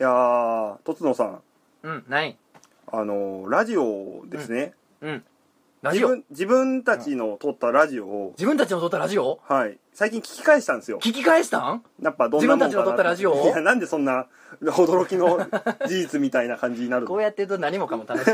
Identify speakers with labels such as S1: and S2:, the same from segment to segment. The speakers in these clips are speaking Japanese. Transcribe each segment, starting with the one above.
S1: いやーとつのさん
S2: うんない
S1: あのーラジオですね、
S2: うんラジ
S1: 自
S2: オ
S1: 分自分たちの撮ったラジオを、
S2: 自分たちの撮ったラジオ
S1: はい最近聞き返したんですよ
S2: 聞き返したん
S1: やっぱどんなもんかな
S2: 自分たちの撮ったラジオを
S1: いやなんでそんな驚きの事実みたいな感じになる
S2: こ
S1: の
S2: うやってると何もかも 楽しい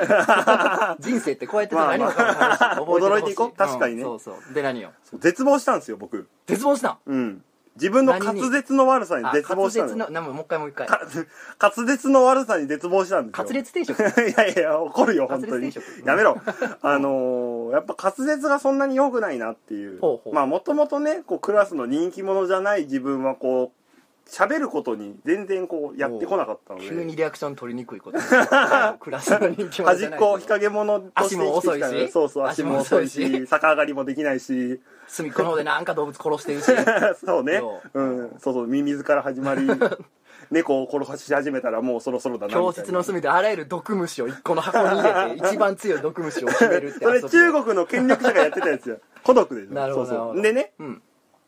S2: 人生ってこうやってると何もかも楽しい
S1: 驚いていこう確かにね
S2: うんそうそうで何よ
S1: そう絶望したんですよ僕
S2: 絶望したん
S1: うん自分の滑舌の悪さに
S2: あ
S1: 絶望した
S2: 滑舌
S1: の
S2: のなんももう一回もう一回
S1: 滑舌の悪さに絶望したんですよ
S2: 滑舌定 食
S1: いやいや怒るよ本
S2: 滑
S1: 当
S2: 舌
S1: に
S2: 定食
S1: やめろあのーやっぱ滑舌がそんなに良くないなっていう
S2: ほうほう
S1: まあもともとねこうクラスの人気者じゃない自分はこう喋ることに全然こうやってこなかったの
S2: 急に
S1: で
S2: リアクション取りにくいこと クラスの人気者じ
S1: 端
S2: ゃな
S1: っ
S2: い
S1: こ日陰者として生きてきたの
S2: 足も遅い
S1: で
S2: し
S1: そうそう足も遅い
S2: 足も遅い
S1: し逆上がりもできないし
S2: 隅っこの方でなんか動物殺してるし
S1: そうね、
S2: そう
S1: ん、そうそうミミズから始 まり猫を殺し始めたらもうそろそろだなみたいな
S2: 教室の隅であらゆる毒虫を一個の箱に入れて一番強い毒虫を決めるって
S1: それ
S2: 遊び
S1: 中国の権力者がやってたやつや孤独でしょ
S2: なるほど
S1: そう
S2: なる
S1: そ
S2: ほど
S1: うでね
S2: うん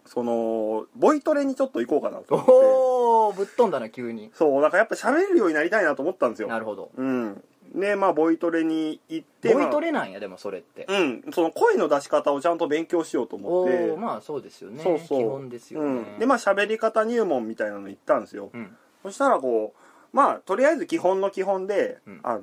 S1: そのボイトレにちょっと行こうかなと思って
S2: おおぶっ飛んだな急に
S1: そうだからやっぱ喋るようになりたいなと思ったんですよ
S2: なるほど
S1: うんでまあボイトレに行って
S2: ボイト
S1: レ、
S2: レなんやでもそれって
S1: まあうんその声の出し方をちゃんと勉強しようと
S2: お
S1: 思って
S2: おまあそうですよね
S1: そうそう
S2: 基本ですよね
S1: うん、でまあ喋り方入門みたいなの行ったんですよ、
S2: うん
S1: そしたらこうまあとりあえず基本の基本で、
S2: うん
S1: あの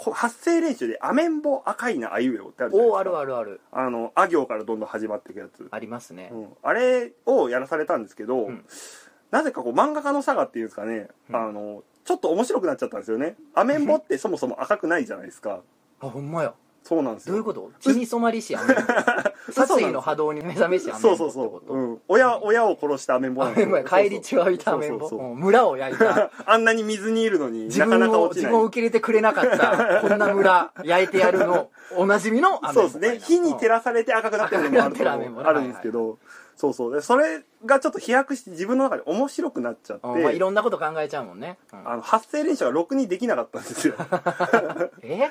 S1: こ発声練習で「アメンボ赤いなあいうえお」ってあるじゃない
S2: お
S1: です
S2: お
S1: か
S2: あるあるある
S1: あのあ行からどんどん始まっていくやつ
S2: ありますね
S1: うんあれをやらされたんですけど、
S2: うん
S1: なぜかこう漫画家の差がっていうんですかね、
S2: うん
S1: あのちょっと面白くなっちゃったんですよねアメンボってそもそも赤くないじゃないですか
S2: あほんまや
S1: そうなんです
S2: ど
S1: よ
S2: ういうこと血に染まりしアメン ボ殺意の波動に目覚めしアメンボ
S1: そう
S2: って
S1: そう
S2: こ
S1: そう、
S2: と
S1: うん、親親を殺したアメンボ
S2: ア
S1: なんです
S2: メン
S1: よ
S2: ボや帰り血を
S1: そうそう
S2: 浴びたアメンボ
S1: そうそうそう
S2: うん村を焼いた
S1: あんなに水にいるのに
S2: 自
S1: なかな
S2: 分
S1: か
S2: を
S1: 落ち
S2: 自
S1: ない
S2: 分を受け入れてくれなかったこんな村焼いてやるのおなじみのア メ
S1: そうで
S2: ンボ
S1: すね火に照
S2: ら
S1: らされて赤くなってるのもあると思う
S2: 赤くなってるアメンボね
S1: あるんですけど、そうそうでそれがちょっと飛躍して自分の中で面白くなっちゃって、
S2: まあいろんなこと考えちゃうもんねうん
S1: あの発声練習がろくにできなかったんですよ
S2: え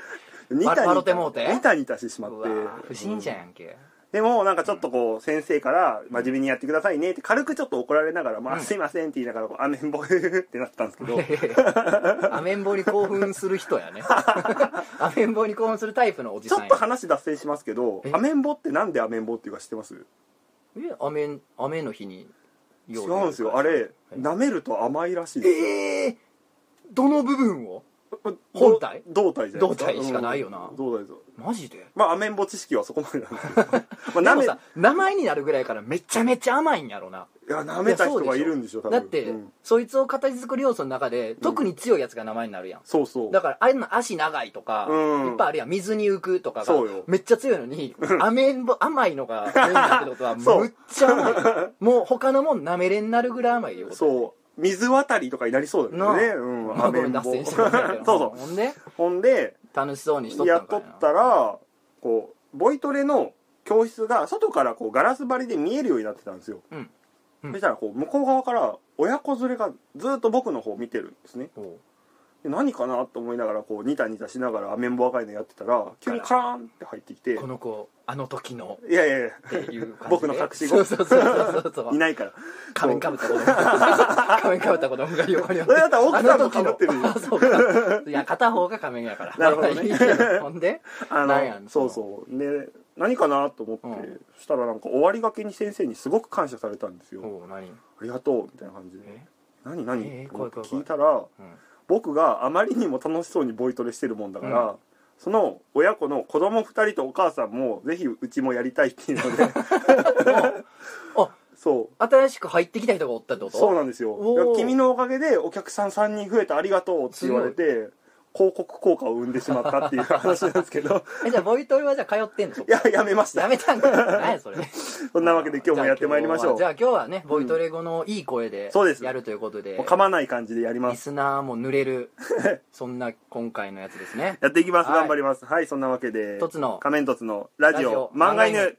S1: ニタ
S2: 笑
S1: ニ
S2: うてもうて
S1: タニタニタしてしまって
S2: うわ不審者やんけ
S1: でもなんかちょっとこう先生から「真面目にやってくださいね」って軽くちょっと怒られながら「ま
S2: う
S1: あ
S2: ん
S1: すいません」って言いながらこう「アメンボ」ってなってたんですけど
S2: アメンボに興奮する人 やねアメンボに興奮するタイプの おじ
S1: ちょ
S2: さん
S1: っ
S2: や
S1: と話脱線しますけど
S2: え
S1: アメンボってなんでアメンボっていうか知ってます
S2: え雨雨の日に
S1: 違
S2: 用意
S1: うんですよあれ
S2: はい
S1: 舐めると甘いらしいです
S2: ええどの部分を
S1: 胴
S2: 本体
S1: 胴体じゃないです
S2: 胴体しかないよな
S1: うん胴体ですよ
S2: マジで
S1: まあアメンボ知識はそこまでなんですけ どま
S2: で
S1: あ舐
S2: も
S1: めい
S2: さ名前になるぐらいからめちゃめちゃ甘いんやろな
S1: や舐めた人がいるんでしょ多分
S2: だって、
S1: うん
S2: そいつを形作る要素の中で特に強いやつが名前になるやん、
S1: そうそう
S2: だからあれの足長いとか、
S1: うん
S2: いっぱいあるやん水に浮くとかが
S1: そうよ
S2: めっちゃ強いのにアメンボ甘いのがメインだってことは
S1: そう
S2: むっちゃ甘いもう他のもん舐めれになるぐらい甘いよ
S1: そう水渡りとかになりそうだよね
S2: なあ
S1: うん
S2: まあ
S1: ア
S2: ご
S1: メ
S2: めん
S1: ンボ
S2: 脱線して
S1: そ
S2: ま
S1: う
S2: したけ ど
S1: そう
S2: ほんで
S1: ほんで
S2: 楽しそうにしとった
S1: や
S2: ん
S1: っと
S2: かい
S1: っ
S2: な
S1: たらこうボイトレの教室が外からこうガラス張りで見えるようになってたんですよ、
S2: うんうん
S1: そしたらこう向こう側から親子連れがずっと僕の方を見てるんですね
S2: おう
S1: で何かなと思いながらこうニタニタしながらアメンボ赤いのやってたら急にカラーンって入ってきて
S2: この子あの時の
S1: いやいやいや
S2: っていう感じで
S1: 僕の隠し
S2: そ
S1: 子
S2: うそうそうそうそう
S1: いないから
S2: 仮面かぶった子 供仮面かぶった子供が横にお
S1: それだったら奥さんも被ってる
S2: あの時のそうかいや片方が仮面やから
S1: なるほどね
S2: いいけどほんで
S1: あ
S2: なんやね
S1: のそうそうで何かなと思って、
S2: うん
S1: そしたらなんか終わりがけに先生にすごく感謝されたんですよ、
S2: おう何
S1: ありがとうみたいな感じで
S2: え
S1: 何何、
S2: えー
S1: と思って
S2: 怖い怖
S1: 聞
S2: い怖い
S1: いたら
S2: うん
S1: 僕があまりにも楽しそうにボイトレしてるもんだから、
S2: うん
S1: その親子の子供2人とお母さんもぜひうちもやりたいっていうの で
S2: あ
S1: そ
S2: 新しく入ってきた人がおったってこ
S1: う
S2: と
S1: そうなんですよ
S2: おー
S1: 君のおかげでお客さん3人増えたありがとうって言われて広告効果を生んでしまったっていう話なんですけ ど
S2: えじゃあボイトレはじゃあ通ってんの
S1: いややめました
S2: やめたんか何や それ
S1: そんなわけで今日もやってまいりましょう
S2: じゃあ今日はじゃあ今日はねボイトレ後のいい声で
S1: そうです
S2: やるということで
S1: もう噛まない感じでやりま
S2: リ
S1: す
S2: スナーも濡 れるそんな今回のやつですね
S1: やっていきます、
S2: はい
S1: 頑張りますはいそんなわけで
S2: 一つの
S1: 仮面凸のラジ
S2: ラジ
S1: オ
S2: オ
S1: 漫画
S2: 漫画
S1: 犬
S2: 犬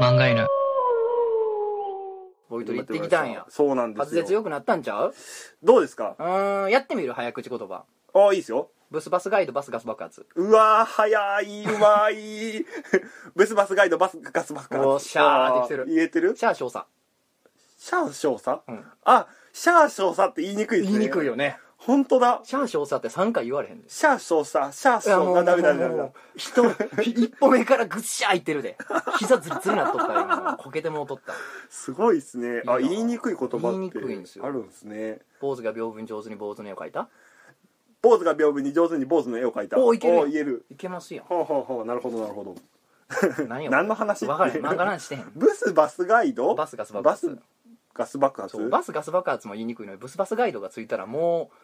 S3: 漫画犬
S2: ボイトレ行ってきたんや
S1: そうなんですよ
S2: 滑舌良くなったんちゃう
S1: どうですか
S2: うーんやってみる早口言葉
S1: ああいいですよ
S2: ブスバスガイドバスガス爆発
S1: うわー早いうまい ブスバスガイドバスガスバスガ
S2: おーシャーできてる
S1: 言えてる
S2: シャー少佐
S1: シャー少佐、
S2: うん
S1: あシャー少佐って言いにくいです
S2: 言
S1: ね
S2: いにくい
S1: い
S2: よね
S1: 本当だ
S2: シャー少佐って3回言われへんで
S1: シャー少佐シャー
S2: いやも
S1: 少
S2: う
S1: 佐ダメダメダ
S2: もう
S1: メ
S2: も
S1: ダ
S2: う人一歩目からぐっしゃーいってるで膝ずりずりなっとった今もうこけてもうとった
S1: すごいですねあ
S2: いいな
S1: 言いにくい言葉
S2: 言いに
S1: って
S2: くいんですよ
S1: あるんですね
S2: 坊主が屏風に上手に坊主の絵を描いた
S1: 坊主が屏風に上手に坊主の絵を描いた
S2: おーいける
S1: ー言える
S2: いけますやん
S1: ほうほうほうなるほどなるほど
S2: 何
S1: 何の話
S2: 分からへん漫画なんしてへん
S1: ブスバスガイド
S2: バスガス爆発
S1: バスガス爆発
S2: そうバスガス爆発も言いにくいのにブスバスガイドがついたらもう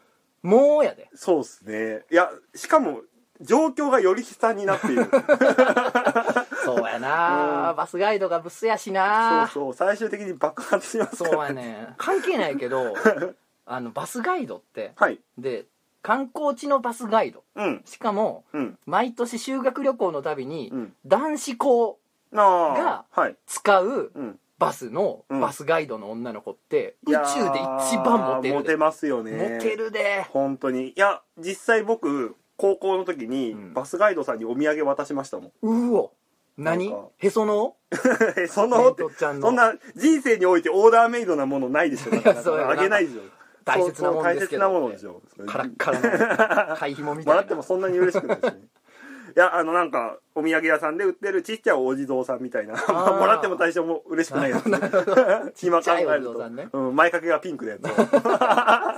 S2: もうやで
S1: そうですねいやしかも状況がより悲惨になってい る
S2: そうやな、バスガイドがブスやし
S1: そう
S2: な
S1: そう最終的に爆発しますから
S2: そうやねん関係ない けどあのバスガイドって
S1: はい
S2: で観光地のバスガイド
S1: うん
S2: しかも
S1: うん
S2: 毎年修学旅行のたびに
S1: うん
S2: 男子校
S1: ああ
S2: が
S1: はい
S2: 使う
S1: うん
S2: バスの
S1: うん
S2: バスガイドの女の子って
S1: い
S2: 宇
S1: やー
S2: 宙で一番モテる
S1: モテ
S2: で
S1: ますよね
S2: モテるで
S1: 本当にいや実際僕高校の時に
S2: うん
S1: バスガイドさんにお土産渡しましたもん、
S2: うお何
S1: なんか
S2: へその
S1: えそんな
S2: メ
S1: こ
S2: ン
S1: と
S2: トちゃん
S1: そん
S2: の
S1: な人生においてオーダーメイドなものないでしょなかな
S2: そうや
S1: か
S2: な
S1: あげないでしょ
S2: 大切な
S1: そ
S2: もん
S1: うそう大
S2: ですけ
S1: 切
S2: ど
S1: なものでしょそれ
S2: カラッカラ の貝ひもみたい
S1: も
S2: な
S1: らってもそんなに嬉しくないしねいやあのなんかお土産屋さんで売ってるちっちゃいお地蔵さんみたいな
S2: ー
S1: もらっても大将も嬉しくない やつ今考える
S2: ちっちゃいお地蔵
S1: と、
S2: さんね
S1: うん、前掛けがピンクのやつを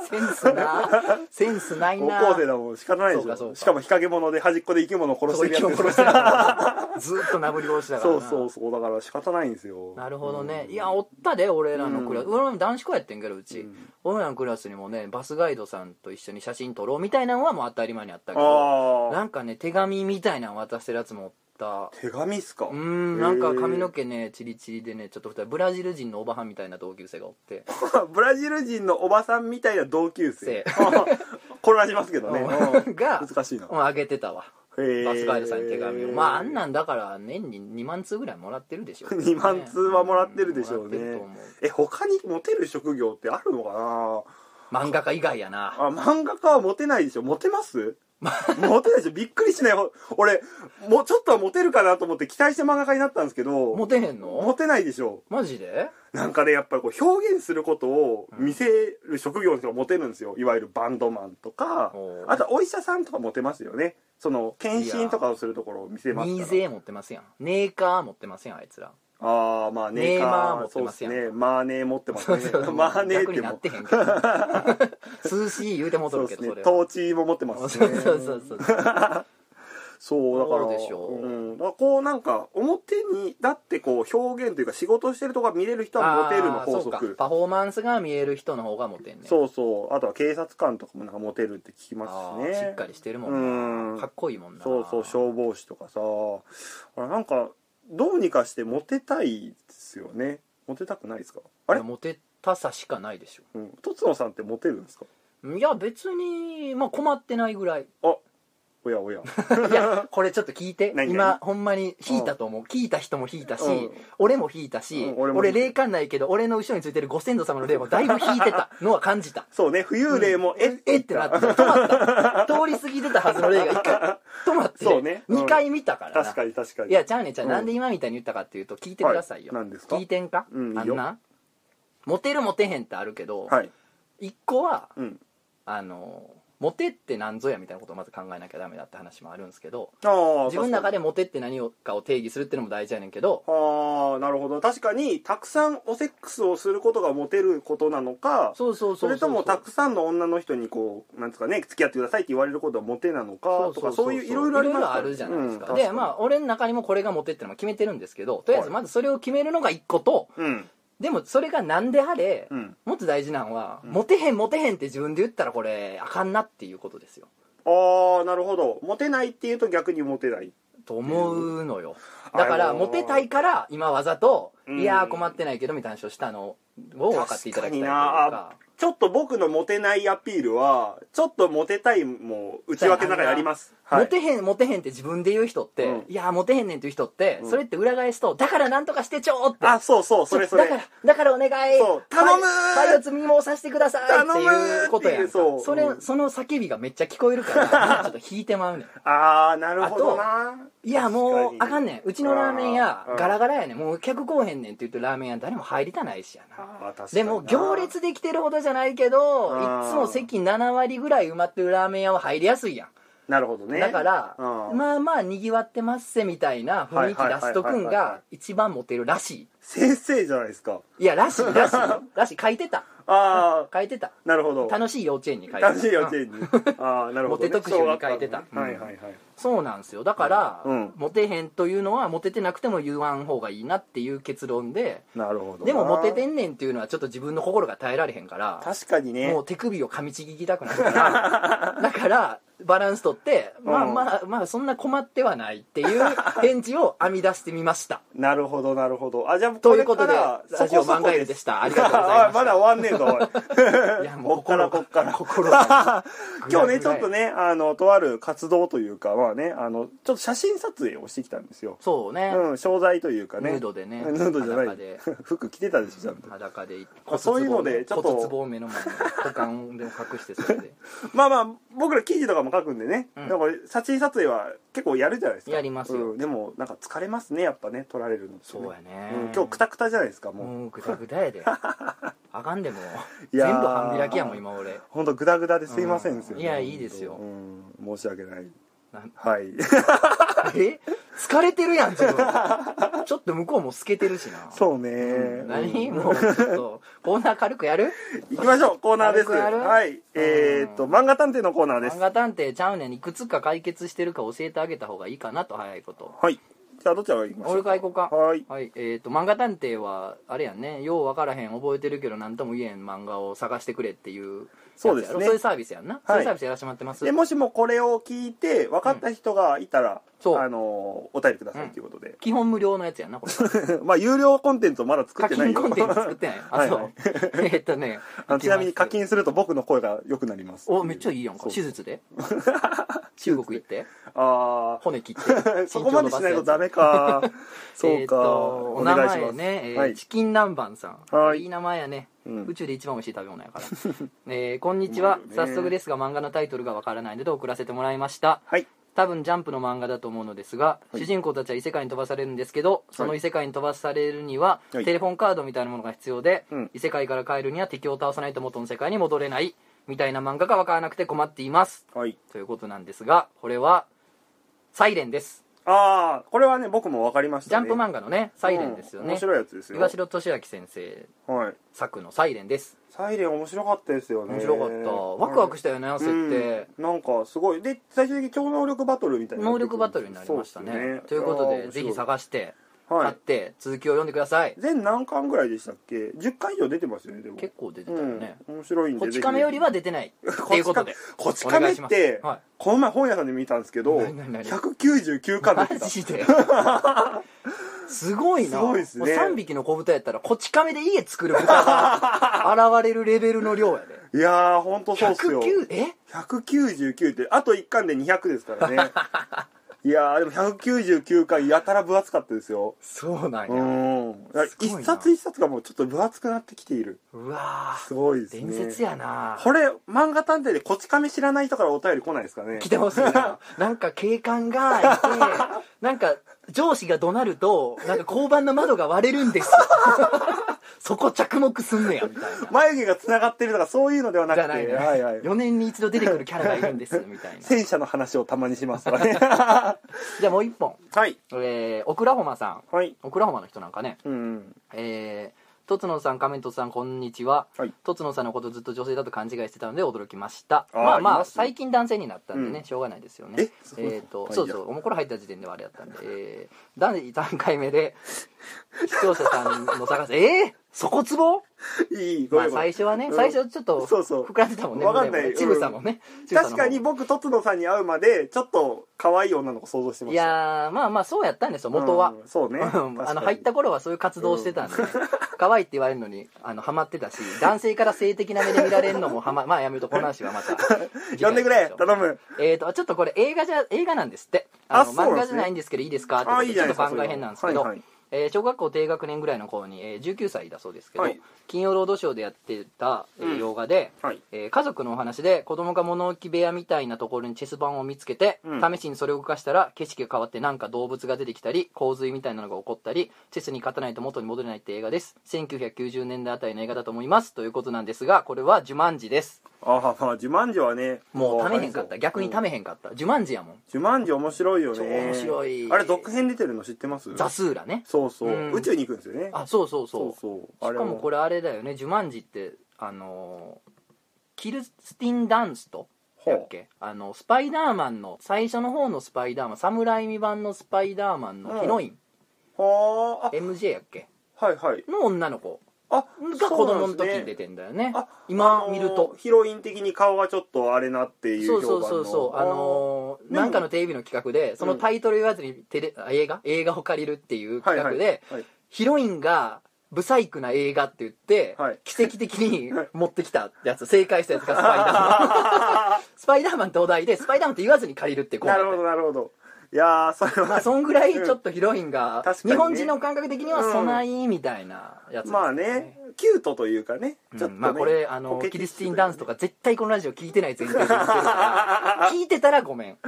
S2: センス なセンスない
S1: 高
S2: な
S1: 校生だもん仕方ないでし
S2: そうかそう
S1: ょ
S2: か
S1: しかも日陰者で端っこで生き物を殺し
S2: そ
S1: て
S2: う
S1: るや
S2: 生
S1: つ
S2: き物殺して たからなずっとなぶり殺しだか
S1: そ
S2: らな
S1: うそうそうだから仕方ないんですよ
S2: なるほどね、
S1: うん
S2: いやおったで俺らのクラス、
S1: うん
S2: 俺も男子校やってんけどうち、
S1: うん
S2: 俺らのクラスにもねバスガイドさんと一緒に写真撮ろうみたいなのはもう当たり前にあったけど
S1: ああ
S2: なんかね手紙みたいなの渡してるやつもおった
S1: 手紙っすか
S2: うーんなんか髪の毛ねチリチリでねちょっと二人ブラジル人のおばはんみたいな同級生がおって
S1: 毛 ブラジル人のおばさんみたいな同級
S2: せ
S1: 生 混乱しますけどね
S2: う
S1: うんん
S2: が
S1: 難しいな
S2: うんあげてたわバ
S1: バ
S2: スガイドさんに手紙をまああんなんだから年に2万通ぐらいもらってるでしょ
S1: 2万通はもらってるでしょうね
S2: んもらってると思う
S1: え他にモテる職業ってあるのか
S2: 漫画家以外やな
S1: なあ漫画家はモテないでしょモテ ますモテないでしょびっくりしないほ俺もうちょっとはモテるかなと思って期待して漫画家になったんですけど
S2: モテへん
S1: モ
S2: の
S1: テないでしょ
S2: マジで
S1: なんかねやっぱりこう表現することを見せる職業の人がモテるんですよいわゆるバンドマンとか
S2: おー
S1: あとはお医者さんとかモテますよねその検診とかをするところを見せます
S2: ニ
S1: か
S2: ー
S1: ら
S2: ゼ持ってますやんネーカー持ってますやんあいつら
S1: ああまあネー
S2: ネーマ
S1: カ
S2: ー持
S1: ー
S2: って
S1: そう
S2: ま
S1: ですす
S2: やん
S1: ねマーネー持って ますねマーネー
S2: 逆
S1: って
S2: になっ
S1: も
S2: てへ んけど通し言うてもうと
S1: そう
S2: る
S1: で
S2: け
S1: す
S2: ど
S1: ね
S2: それ
S1: ト
S2: は
S1: ーチも持ってますし
S2: そ
S1: ね
S2: うそうそうそ
S1: そう
S2: う
S1: だから、
S2: そうでしょうん
S1: だからこうなんか表にだってこう表現というか仕事してるとこが見れる人 はモテるの
S2: あー
S1: 法
S2: そうか
S1: 則
S2: パフォーマンスが見える人の方がモテんねう
S1: そうそうあとは警察官とかもなんかモテるって聞きますしね
S2: しっかりしてるもん
S1: うん
S2: なかっこいいもんな
S1: そうそう消防士とかさあれなんかどうにかしてモテたいですよねモテたくないですかあ
S2: あ
S1: れ
S2: れモテたさしかないでしょ
S1: うんとつのさんってモテるんですか
S2: いや別に、まあ、困ってないぐ らい
S1: おやお や
S2: いやこれちょっと聞いて
S1: 何何
S2: 今ほんまに引いたと思う聞いた人も引いたし、
S1: うん
S2: 俺も引いたし、
S1: うん俺
S2: 俺
S1: も引いた
S2: 霊感ないけど俺の後ろについてるご先祖様の霊もだいぶ引いてたのは感じた
S1: そうね浮遊霊も、え
S2: えってなって止まった通り過ぎてたはずの霊が一回止まって、
S1: そうねうん
S2: 2回見たからな
S1: 確かに確かに
S2: いやちゃうねちゃう、
S1: うん
S2: なんで今みたいに言ったかっていうと聞いてくださいよ、
S1: はい何ですか
S2: 聞いてんか、
S1: うん
S2: あ
S1: いい
S2: ん
S1: よ
S2: なモテるモテへんってあるけど、
S1: はい
S2: 一個は
S1: うん
S2: あのモテって何ぞやみたいなことをまず考えなきゃダメだって話もあるんですけど
S1: ああ
S2: 自分の中
S1: で
S2: でモテって何かを定義するってのも大事やねんけど
S1: ああなるほど確かにたくさんおセックスをすることがモテることなのか
S2: そうそう
S1: そ
S2: そうう
S1: れともたくさんの女の人にこうなんですかね付き合ってくださいって言われることはモテなのかとかそういういろいろありますから
S2: あるじゃないですか,、
S1: うん
S2: でまあ俺の中にもこれがモテってのも決めてるんですけどとりあえずまずそれを決めるのが一個と
S1: うん
S2: でもそれが何であれ、
S1: うん
S2: もっと大事なのは、
S1: うん
S2: モテへんモテへんって自分で言ったらこれあかんなっていうことですよ
S1: ああなるほどモテないっていうと逆にモテない
S2: と思うのよだから
S1: あのー
S2: モテたいから今わざと、
S1: うん
S2: いやー困ってないけどみたいな話をしたのを分かっていただきたいと
S1: 確か
S2: いう
S1: に
S2: か
S1: ちょっと僕のモテないアピールは、ちょっとモテたいも内訳の中にあります。は
S2: モ
S1: い。
S2: テへんモテへんって自分で言う人って、
S1: うん
S2: いやーモテへんねんっていう人って、
S1: うん
S2: それって裏返すとだからなんとかしてちょーって
S1: あ、そうそう、それそれ。
S2: だからだからお願い
S1: そう頼むー
S2: パイパイを積みもさせてください
S1: 頼む
S2: って
S1: ー
S2: いうことやんか
S1: そう
S2: それ、
S1: うん
S2: その叫びがめっちゃ聞こえるからちょっと引い てまうねん
S1: あー、なるほどな。
S2: いやもうあかん
S1: ね
S2: ねんうちのラーメン屋
S1: あーうん
S2: ガラガラやねんもう客来おへんねんって言ってるラーメン屋誰も入りたないしやなでも行列できてるほどじゃないけど
S1: あー
S2: いつも席7割ぐらい埋まってるラーメン屋は入りやすいやん
S1: なるほどね。
S2: だから、
S1: うん
S2: まあまあにぎわってますせみたいな雰囲気出すとくん
S1: はいはいはいはいはいは
S2: が一番モテるらし
S1: 先生じゃないですか。
S2: いいやらしいら しいよらしい書いてた
S1: あ
S2: 書いてた
S1: ー、なるほど。
S2: 楽しい幼稚園に書いてた
S1: 楽しい幼稚園に。あー、なるほどね。
S2: モテ特集に書いてた
S1: 小学校のねはいはいはい。
S2: そうなんですよだから、
S1: うん
S2: モテへんというのはモテてなくても言わん方がいいなっていう結論で
S1: なるほどな。
S2: でもモテてんねんっていうのはちょっと自分の心が耐えられへんから
S1: 確かにね。
S2: もう手首を噛みちぎりたくなるか らだからバランス取ってまあ
S1: うん
S2: まあまあそんな困ってはないっていう返事を編み出してみました
S1: なるほどなるほどあじゃあこと
S2: い
S1: れ
S2: うこ
S1: か
S2: とで
S1: ら
S2: ラジオ漫画
S1: よ
S2: よりでしたありがとうございました
S1: まだ終わんねえぞおい
S2: いや
S1: こっからこっから
S2: 心が
S1: 今日ねちょっとねあのとある活動というかまあねあのちょっと写真撮影をしてきたんですよ、
S2: そうね、
S1: うん商材というかね
S2: ヌードでね
S1: ヌードじゃな
S2: 裸
S1: い
S2: で
S1: 服着てたでしょちゃんと
S2: 裸で
S1: あそういうのでちょっと
S2: 骨壺を目の前に股間でも隠してそれ で
S1: まあまあ僕ら記事とかも書くんでね、
S2: うん
S1: なんか写真撮影は結構やるじゃないですか
S2: やりますよ
S1: うんでもなんか疲れますねやっぱね撮られるのってね
S2: そうやね、
S1: うん今日クタクタじゃないですかもう、
S2: もうグダグダ やであかんでもう
S1: い
S2: 全
S1: や
S2: 部
S1: ー
S2: 半開きやもん今俺
S1: ほんとグダグダですいませんですよ、
S2: うんいやいいですよ
S1: うん申し訳ない
S2: なん
S1: はい
S2: え疲れてるやん自分 ちょっと向こうも透けてるしな
S1: そうね、
S2: ん何、もうちょっとコーナー軽くやる
S1: 行きましょうコーナーです
S2: 軽くやる
S1: はいえー、っと漫画探偵のコーナーです
S2: 漫画探偵ちゃうねんいくつか解決してるか教えてあげた方がいいかなと早いこと
S1: はいじゃあどちらが行きましょ
S2: 俺
S1: う
S2: から行こうか
S1: はい
S2: えっ、と漫画探偵はあれやんねよう分からへん覚えてるけど何とも言えん漫画を探してくれっていうやつや
S1: そう
S2: ろ
S1: ですね
S2: そういうサービスやんな、そういうサービスやらせてもらってます
S1: でもしもこれを聞いて分かった人がいたら、
S2: そう
S1: あのーお便りくださいということで、
S2: 基本無料のやつやんなこれ
S1: まあ有料コンテンツをまだ作っ
S2: 課
S1: てないよ
S2: 金コンテンツ作ってないあそう、
S1: はい
S2: えっとね
S1: あのちなみに課
S2: いき
S1: 金すると僕の声が良くなります
S2: ますおめっちゃいいやん
S1: そ
S2: か
S1: う
S2: 手術で中国行って
S1: あ
S2: 骨切って
S1: あ そこまでしないとダ
S2: メ
S1: メかそう
S2: えー
S1: か、
S2: とお
S1: 願
S2: 名
S1: いしま
S2: 前
S1: す
S2: ね、えー
S1: はい
S2: チキン南蛮さん、
S1: はい
S2: い名前やね
S1: うん
S2: 宇宙で一番美味しい食べ物やから、 えーこんにちは、
S1: うまいよね
S2: 早速ですが漫画のタイトルがわからないので送らせてもらいました
S1: はい
S2: 多分ジャンプの漫画だと思うのですが、
S1: はい
S2: 主人公たちは異世界に飛ばされるんですけどその異世界に飛ばされるには、
S1: はい
S2: テレフォンカードみたいなものが必要で、
S1: うん
S2: 異世界から帰るには敵を倒さないと元の世界に戻れないみたいな漫画がわからなくて困っています
S1: はい
S2: ということなんですがこれは「サイレンです
S1: ああこれはね僕も分かりまし
S2: ジャ
S1: た、
S2: ン
S1: ね、
S2: プ漫画のね「サイレンですよ
S1: うん
S2: ね
S1: 面白いやつですよ
S2: 東野俊明先生
S1: はい
S2: 作の「サイレンです
S1: サイレン面白かったですよね
S2: 面白かったワクワクしたよね設定
S1: うんなんかすごいで最終的に超能力バトルみたいな
S2: 能力バトルになりました
S1: そうです
S2: ねということ
S1: あ
S2: で
S1: ー
S2: ぜひ探して
S1: は
S2: 買っ
S1: い
S2: て続きを読んでください
S1: 全何巻ぐらいでしたっけ10巻以上出てますよねでも
S2: 結構出てたよね
S1: うん、面白いんで
S2: こち亀よりは出て ないっていうことで
S1: こち亀
S2: お願
S1: っ
S2: いします
S1: て
S2: はい
S1: この前本屋さんで見たんですけど
S2: 何何何
S1: 199巻
S2: マ
S1: 出てた
S2: ジ ですごいな
S1: すごいですね
S2: もう3匹の子豚やったらこち亀で家作る豚 が現れるレベルの量やで
S1: いやーほんとそうっすよ
S2: 109え
S1: 199ってあと1巻で200ですからね いやーでも199巻やたら分厚かったですよ
S2: そうなん
S1: う
S2: や
S1: んだから
S2: すごいな
S1: 一冊一冊がもうちょっと分厚くなってきている
S2: うわ
S1: すごいで
S2: ー
S1: すね
S2: 伝説やな
S1: これ漫画探偵でこち亀知らない人からお便り来ないですかね
S2: 来てま すよななんか警官がいてなんか上司が怒鳴るとなんか交番の窓が割れるん ですよそこ着目すんねやみたい
S1: 眉毛が つながってるとかそういうのではな
S2: な
S1: く
S2: じ
S1: て
S2: ゃないね、
S1: はいはい
S2: 4年に一度出てくるキャラがいるんですみたい な
S1: 戦車の話をたまにしますと かねは
S2: じゃあもう一本
S1: い
S2: えー、オクラホマさん
S1: はい
S2: オクラホマの人なんかね
S1: うん
S2: えー、とつのさん亀戸さんこんにちは
S1: はい
S2: とつのさんのことずっと女性だと勘違いしてたので驚きました
S1: あー
S2: まあ
S1: い
S2: ま
S1: ま
S2: あ
S1: す
S2: 最近男性になったんでね、
S1: うん
S2: しょうがないですよね
S1: え
S2: えー、と
S1: まあいいや
S2: そうそうもうこれ入った時点ではあれやったんで、えー、第3回目で視聴者さんの探すえー、そこつぼ、
S1: いいご
S2: ま
S1: め
S2: あ、
S1: んごめ
S2: 最
S1: ん
S2: 初はね、
S1: うん
S2: 最初ちょっと
S1: そうそう
S2: 膨らんでたもんね
S1: わかん
S2: 胸も
S1: ない
S2: ねちぐさもねちぐさの
S1: 確か
S2: 方
S1: に僕とつのさんに会うまでちょっと可愛い女の子想像してま
S2: い
S1: した
S2: やーまあまあそうやったんですよ元は、
S1: うんそうね
S2: うんあの入った頃はそういう活動をしてたんで、ね 可愛いって言われるのにあのハマってたし男性から性的な目で見られるのもはままあやめとこの話はまた
S1: 呼んでくれ頼む
S2: えー、とちょっとこれ映画じゃ映画なんですってあの
S1: あそうなん
S2: 漫
S1: で
S2: 画
S1: す
S2: じ
S1: ね
S2: ゃないんですけどいいですかって
S1: あ
S2: こ
S1: あ
S2: と
S1: いい
S2: で
S1: じ
S2: ち
S1: ゃ
S2: ょ
S1: ないで
S2: っと
S1: すか
S2: 番外編なんですけ
S1: そ
S2: ど、
S1: れははいはい
S2: えー小学校低学年ぐらいの頃に、えー19歳だそうですけど、
S1: はい
S2: 金曜ロードショーでやってた、えー
S1: うん
S2: 洋画で、
S1: はい
S2: えー家族のお話で子供が物置部屋みたいなところにチェス盤を見つけて、
S1: うん
S2: 試しにそれを動かしたら景色が変わってなんか動物が出てきたり洪水みたいなのが起こったりチェスに勝たないと元に戻れないって映画です1990年代あたりの映画だと思いますということなんですがこれは「ジュマンジ」です
S1: ああまあジュマンジはね
S2: もうためへん
S1: 分
S2: か
S1: り
S2: っ
S1: そ
S2: た
S1: う
S2: 逆にためへんかった、ジュマンジやもん
S1: ジュマンジ面白いよね
S2: 超面白い
S1: あれ続編出てるの知ってます
S2: ザスーラね
S1: そうそう、
S2: うん
S1: 宇宙に行くんですよね
S2: あそうそう
S1: そ
S2: そうう
S1: そう
S2: しかもこ
S1: れ
S2: れあれだよね「ジュマンジ」ってあのーキルスティン・ダンスとだっけあのスパイダーマンの最初の方のスパイダーマン侍未版のスパイダーマンのヒロイン、
S1: はあ
S2: MJ やっけ
S1: あはいはい
S2: の女の子
S1: あ
S2: が子供の時に出
S1: て
S2: てんだよね
S1: あ
S2: 今見ると、
S1: ヒロイン的に顔がちょっとあれなっていう
S2: そ
S1: 評判
S2: う
S1: の
S2: そうそうそうあのー
S1: でも
S2: なんかのテレビの企画でそのタイトル言わずにテレ、あ映画映画を借りるっていう
S1: はい
S2: 企画で、
S1: はいはい
S2: ヒロインがブサイクな映画って言って、
S1: はい
S2: 奇跡的に持ってきたやつ正解したやつがスパイダーマン スパイダーマンとお題でスパイダーマンって言わずに借りるっていうコン
S1: な
S2: セプ
S1: る
S2: ト
S1: ほどなるほどいやーそれは、
S2: まあそんぐらいちょっとヒロインが、
S1: 確かにね
S2: 日本人の感覚的にはそないみたいなやつです、
S1: まあねキュートというかね
S2: うん
S1: ちょっとね、
S2: まあこれあ
S1: コ
S2: の
S1: ケ
S2: キ
S1: ティ
S2: リ
S1: ッ
S2: ス
S1: シ
S2: ティ
S1: ュだ
S2: ンダ
S1: よ
S2: ン
S1: ね
S2: スとか絶対このラジオ聞いてない前提で言ってる から聞いてたらごめん、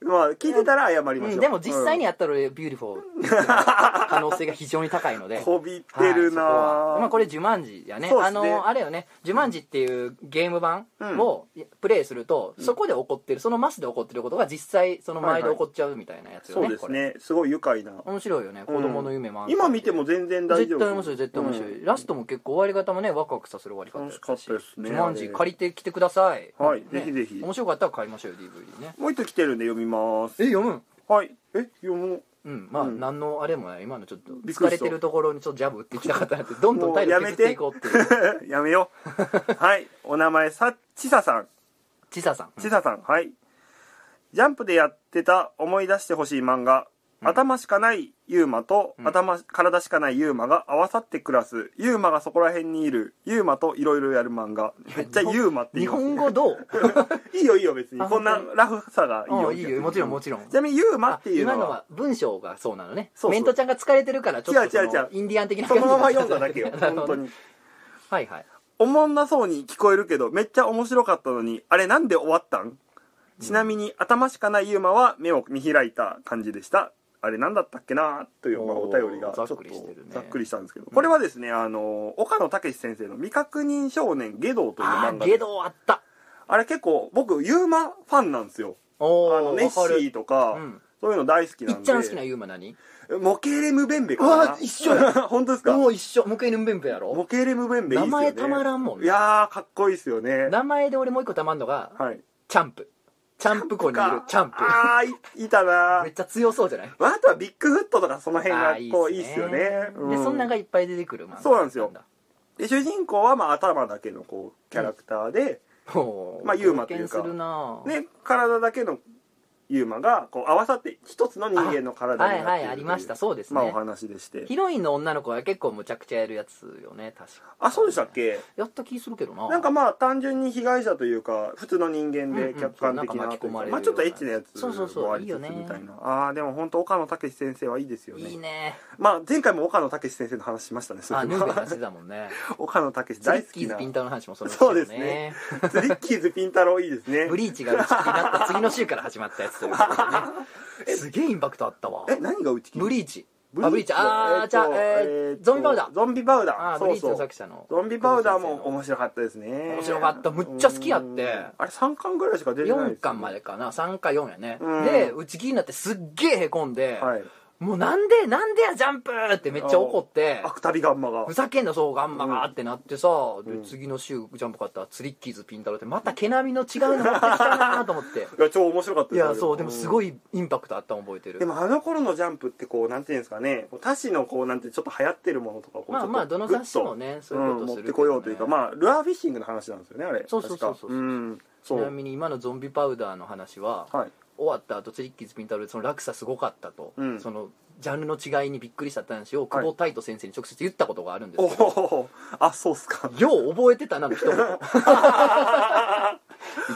S1: まあ聞いてたら謝りましょう、
S2: うんでも実際
S1: うん
S2: にやったら俺ビューティフォー可能性が非常に高いので
S1: こびってるなー、
S2: はいそこはまあ、これ「ジュマンジ」やね
S1: そうっ
S2: あ
S1: すね
S2: のあれよね「ジュマンジ」っていうゲーム版をプレイすると、そこで起こってるそのマスで起こってることが実際その前で起こっちゃうみたいなやつよ
S1: そ
S2: ね、
S1: うです
S2: これ
S1: ねすごい愉快な
S2: 面白いよね子供の夢も、
S1: 今見ても全然大丈
S2: 絶
S1: 夫
S2: 対面白い絶対面白い、
S1: うん
S2: ラストも結構終わり方もねワクワクさせる終わり方だ
S1: 楽しかったですね
S2: ジュマンジ」借りてきてください
S1: はいぜ
S2: ね
S1: ひぜひ
S2: 面白かったら買いましょうよ DVD ね
S1: もう一通来てるんで読みます
S2: え読む
S1: はいえ読もう
S2: うんまあ、
S1: うん
S2: 何のあれもない今のちょっと
S1: びっくりした
S2: 疲れてるところにちょっとジャブ打っていきたかったなってどんどん体
S1: もうや
S2: 力
S1: め
S2: 削
S1: て
S2: っていこうっていう
S1: やめよ うはいお名前さちささん
S2: ち ささん
S1: ちささんはいジャンプでやってた思い出してほしい漫画頭しかないユーマと
S2: うん
S1: 頭、体しかないユーマが合わさって暮らすユーマがそこら辺にいるユーマといろいろやる漫画めっちゃユーマって言
S2: 日
S1: いますね
S2: 本語どう
S1: いいよいいよ別に
S2: あ
S1: こんなラフさがいい
S2: あ
S1: よ
S2: あいいよもちろんもちろん
S1: ちなみにユーマ
S2: あ
S1: っていう
S2: 今
S1: の
S2: の
S1: は
S2: は文章がそうなのね
S1: そうそう
S2: メントちゃんが疲れてるからちょっとその
S1: 違う違う違う
S2: インディアン的な
S1: そ
S2: 感じ
S1: の
S2: に
S1: ま
S2: な
S1: ま
S2: っちゃ
S1: 読
S2: っ
S1: んだだ
S2: た
S1: けよ
S2: なる
S1: 本
S2: ほ
S1: 当
S2: ど
S1: に
S2: はいはい
S1: おもんなそうに聞こえるけどめっちゃ面白かったのにあれなんで終わったんちなみに頭しかないユーマは目を見開いた感じでしたあれなんだったっけなという、まあ、お
S2: おー
S1: 便りがちょっと
S2: ざっくりしてるね
S1: ざっくりしたんですけど、これはですねあの岡野武史先生の「未確認少年ゲドウ」という
S2: あ
S1: 漫
S2: あ
S1: 画
S2: ゲ
S1: で
S2: ドあった
S1: あれ結構僕ユーマファンなんですよあ
S2: おー
S1: のネッ
S2: わか
S1: シー
S2: る
S1: とか、
S2: うん
S1: そういうの大好き
S2: い
S1: な
S2: っ
S1: ん
S2: ちゃ
S1: で
S2: ん好きなユーマ何
S1: モケレムベンベか
S2: う
S1: な
S2: わ一緒や
S1: 本当ですか
S2: もう一緒もう一回ヌンベンベやろ
S1: モケレムベンベいいっすよね
S2: 名前たまらんもんね
S1: いやーかっこいいっすよね
S2: 名前で俺もう一個たまんのが
S1: はい
S2: チャンプチャンプ校にいるチャンプ
S1: ああいいたな
S2: めっちゃ強そうじゃない
S1: あとはビッグフットとかその辺
S2: あ
S1: が
S2: あ
S1: こういいっすよねうん
S2: でそんなんがいっぱい出てくる漫画
S1: そうなんですよ
S2: だ
S1: で主人公はまあ頭だけのこうキャラクターで、
S2: ほう
S1: まあユーマというか
S2: 冒険するなあ
S1: で体だけのユーマがこう合わさって一つの人間の体になって
S2: はい
S1: る
S2: はいありまし
S1: と
S2: た
S1: い
S2: そうです
S1: うまあお
S2: ね
S1: 話でして
S2: ヒロインの女の子は結構むちゃくちゃやるやつよね確か
S1: あそうでしたっけ
S2: やった気するけどな
S1: なんかまあ単純に被害者というか普通の人間
S2: うんう
S1: で
S2: ん
S1: 客観的な,、
S2: そうなんか巻き込まれる
S1: まあちょっとエッチなやつ
S2: そうそうそう
S1: もありつつ
S2: いいよね
S1: みたいなああでも本当岡野武史先生はいいですよね
S2: いいね
S1: まあ前回も岡野武史先生の話しましたねそれ
S2: あ
S1: は
S2: ヌーベの話してたもん ね
S1: 岡野武史
S2: スリ
S1: 大
S2: ッ
S1: 好
S2: キー
S1: き
S2: ズ
S1: な
S2: ピンタロの話もその
S1: そうですねスリッキーズピン太郎いいですね
S2: ブリーチが打ち切りになった次の週から始まったやつということ でねすげえインパクトあったわ
S1: え何が打ち切り
S2: ブリーチ
S1: ブ
S2: あブリーチあー
S1: えと
S2: じゃあえ
S1: え
S2: ー
S1: と
S2: ゾンビパウダー
S1: ゾンビパウダ
S2: あ
S1: ー
S2: あブ
S1: そ
S2: リ
S1: う
S2: ーチの
S1: そう
S2: 作者の
S1: ゾンビパウダーも面白かったですね
S2: 面白かったむっちゃ好きやって
S1: うんあれ3巻ぐらいしか出てない
S2: 4巻までかな3か4やね
S1: うん
S2: で打ち切りになってすっげえへこんで、
S1: はい
S2: もうなんでなんでやジャンプってめっちゃ怒って
S1: アクタビガンマが
S2: ふざけんなそうガンマがーってなってさ、
S1: ん
S2: で次の週ジャンプ買ったらツリッキーズピンタロってまた毛並みの違うの持ってきたなと思っ て
S1: いや超面白かった
S2: い
S1: す
S2: やそうでもすご
S1: い
S2: いインパクトあったの覚えてる
S1: でもあの頃のジャンプってこうなんていうんですかねこう他誌のこうなんてちょっと流行ってるものとかをこう
S2: まあまあ
S1: ちょ
S2: ど
S1: っと
S2: の
S1: グッと
S2: 雑誌もねそういうこ
S1: ん
S2: とす
S1: 持っ
S2: るけどね
S1: てこようというかまあルアーフィッシングの話なんですよねあれ
S2: そうそうそうそう
S1: 確かうん
S2: ち
S1: そう
S2: なみに今のゾンビパウダーの話は、
S1: はい
S2: 終わった後ツリッキーズピンタロでその落差すごかったと、
S1: うん
S2: そのジャンルの違いにびっくりしたって話を
S1: はい
S2: 久保太斗先生に直接言ったことがあるんです
S1: お
S2: けど、
S1: おあそうっすか
S2: よう覚えてたなの一 言い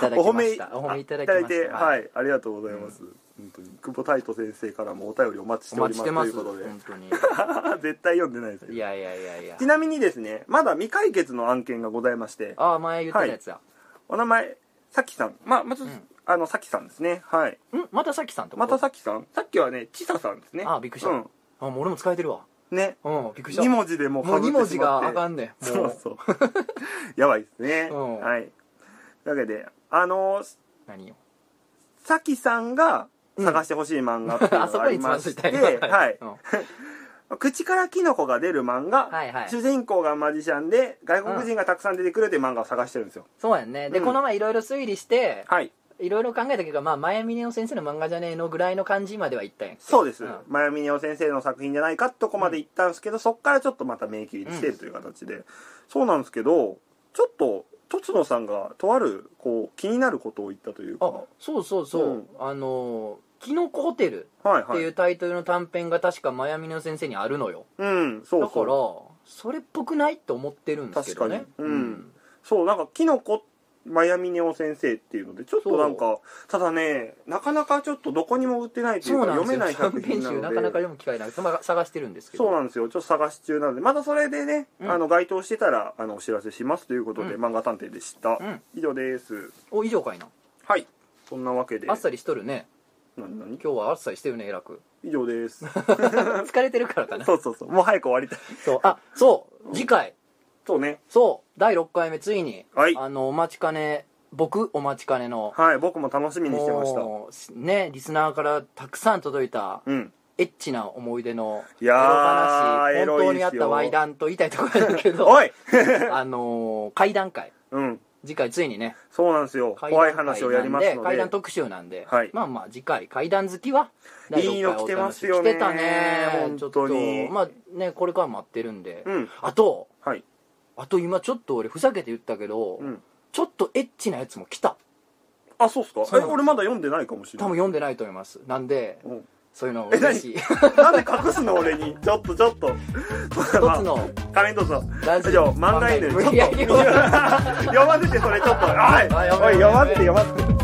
S2: ただき
S1: お褒
S2: ま
S1: め
S2: したお褒めいただき
S1: あ
S2: ま
S1: いて
S2: した
S1: はいいありがとうございます、本当に久保太斗先生からもお便りお待ちし
S2: お
S1: てお
S2: 待
S1: り
S2: ち
S1: ま
S2: し
S1: す
S2: てます
S1: ということで
S2: 本当に
S1: 絶対読んでないです
S2: い
S1: よ
S2: やいやいやいや
S1: ちなみにですねまだ未解決の案件がございまして
S2: ああ前言ってたやつや、
S1: お名前さきさんまあまず、
S2: うん
S1: あのさきさんですねはい
S2: んまたさきさんってこと
S1: またさきさんさっきはねちささんですね
S2: あびっくりした
S1: うん
S2: あもう俺も使えてるわ
S1: ね
S2: うんびっくりした
S1: 2文字でもう
S2: もう
S1: 被
S2: 2
S1: っ
S2: 文
S1: て
S2: 字
S1: しまっ
S2: が
S1: て
S2: あかんねん
S1: そ
S2: も
S1: う そうやばいですね、
S2: うん
S1: はいというわけであのー
S2: 何よ
S1: さきさんが探してほしい漫画っていう の
S2: あそ
S1: が
S2: こ
S1: あり
S2: につま
S1: ま
S2: ず
S1: し
S2: い
S1: て、
S2: た
S1: はい
S2: うん
S1: 口からキノコが出る漫画、
S2: はいはい
S1: 主人公がマジシャンで外国人がたくさん出てくるっていう漫画を探してるんですよ、
S2: そうやんねで、
S1: うん
S2: この前いろいろ推理して
S1: はい
S2: いろいろ考えたけどまあ前峰先生の漫画じゃねえのぐらいの感じまではいったんやん
S1: そうです、
S2: うん
S1: マヤミネオ先生の作品じゃないかってとこまで行ったんですけど、そっからちょっとまた迷切りしてるという形で、そうなんですけどちょっととつのさんがとあるこう気になることを言ったというか
S2: あそうそうそう、
S1: うん
S2: あのー「キノコホテル」
S1: はい
S2: って
S1: はい
S2: いうタイトルの短編が確かマヤミの先生にあるのよ
S1: うんそうそう
S2: だからそれっぽくないって思ってるんですけどね
S1: 確かにうんそうなんかキノコマヤミネオ先生っていうのでちょっとなんかただねなかなかちょっとどこにも売ってないとい
S2: そうう
S1: か
S2: なんです
S1: 読め
S2: よ
S1: ない作
S2: 短
S1: 品
S2: 編
S1: な
S2: 集
S1: の
S2: なかなか
S1: で
S2: 読む機会なくて、まあ、探してるんですけど
S1: そうなんですよちょっと探し中なのでまたそれでね、
S2: うん
S1: あの該当してたらあのお知らせしますということで、
S2: うん
S1: 漫画探偵でした、
S2: うん
S1: 以上です
S2: お以上かいな
S1: はいそんなわけで
S2: あっさりしとるね
S1: 何何
S2: 今日はあっさりしてるねえらく
S1: 以上です
S2: 疲れてるからかな
S1: そうそう そうもう早く終わりたい
S2: そうあそう次回
S1: そうね
S2: そう第6回目ついに、
S1: はい
S2: あのお待ちかね僕お待ちかねの
S1: はい僕も楽しみにしてました
S2: もうねリスナーからたくさん届いた
S1: うん
S2: エッチな思い出の
S1: いやー
S2: エロ
S1: エロ
S2: 話本
S1: い
S2: 当に
S1: で
S2: あっ
S1: すよ
S2: たワイダンと言いたいところだけど
S1: おい
S2: あのー、会談会
S1: うん
S2: 次回ついにね
S1: そうなんですよ
S2: 怪
S1: 怖い
S2: 談会
S1: 話をやります
S2: なん
S1: の
S2: で怪
S1: で
S2: 談特集なんで、
S1: はい
S2: まあまあ次回怪談好きはい
S1: いの来てますよね
S2: 来てたね
S1: 本当に
S2: ちょっとまあねこれから待ってるんで、
S1: うん
S2: あと
S1: はい
S2: あと今ちょっと俺ふざけて言ったけど、
S1: うん
S2: ちょっとエッチなやつも来た
S1: あそうっすか
S2: そう
S1: え
S2: なんです
S1: 俺まだ読んでないかもしれな
S2: 多
S1: い
S2: 分読んでないと思いますなんで
S1: うん
S2: そういうのを
S1: え
S2: ぜ
S1: 何
S2: ひ
S1: なんで隠すの俺 にちょっとちょっと
S2: 一
S1: まあ
S2: つの
S1: 仮面どうぞ
S2: ラジ
S1: じゃ
S2: オ
S1: あ漫画犬ちょっと
S2: いやいや
S1: 読ませてそれちょっとおいお
S2: あ
S1: い
S2: や
S1: 読ま
S2: ばい
S1: せて読ませて